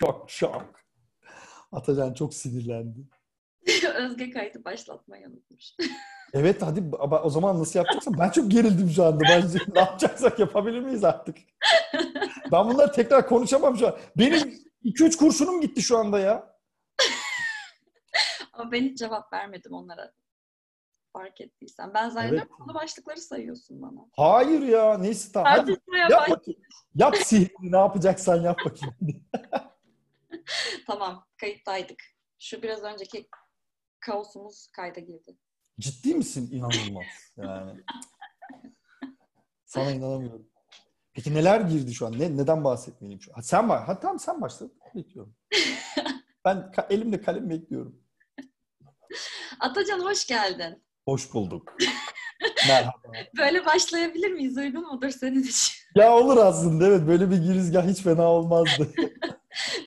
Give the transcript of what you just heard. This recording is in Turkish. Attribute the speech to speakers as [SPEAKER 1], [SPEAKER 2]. [SPEAKER 1] Çok şok. Atacan çok sinirlendi.
[SPEAKER 2] Özge kaydı başlatmayı unutmuş.
[SPEAKER 1] Evet hadi ama o zaman nasıl yapacaksan ben çok gerildim şu anda. Ben ne yapacaksak yapabilir miyiz artık? Ben bunları tekrar konuşamam şu an. Benim 2-3 kurşunum gitti şu anda ya.
[SPEAKER 2] Ama ben hiç cevap vermedim onlara. Fark ettiysen. Ben zannediyorum
[SPEAKER 1] Evet.
[SPEAKER 2] konu başlıkları sayıyorsun bana.
[SPEAKER 1] Hayır ya neyse tamam. Hadi
[SPEAKER 2] Ben buraya
[SPEAKER 1] yap
[SPEAKER 2] baş-
[SPEAKER 1] bakayım. Yap sihrini ne yapacaksan yap bakayım.
[SPEAKER 2] Tamam kayıttaydık. Şu biraz önceki kaosumuz kayda girdi.
[SPEAKER 1] Ciddi misin? İnanılmaz. Yani. Sana inanamıyorum. Peki neler girdi şu an? Ne, neden bahsetmeliyim şu an? Ha, sen var. Ha, tamam sen başla. Bekliyorum. Ben ka- elimde kalem bekliyorum.
[SPEAKER 2] Atacan hoş geldin.
[SPEAKER 1] Hoş bulduk. Merhaba.
[SPEAKER 2] Böyle başlayabilir miyiz? Uygun mudur senin için?
[SPEAKER 1] Ya olur aslında evet böyle bir girizgah hiç fena olmazdı.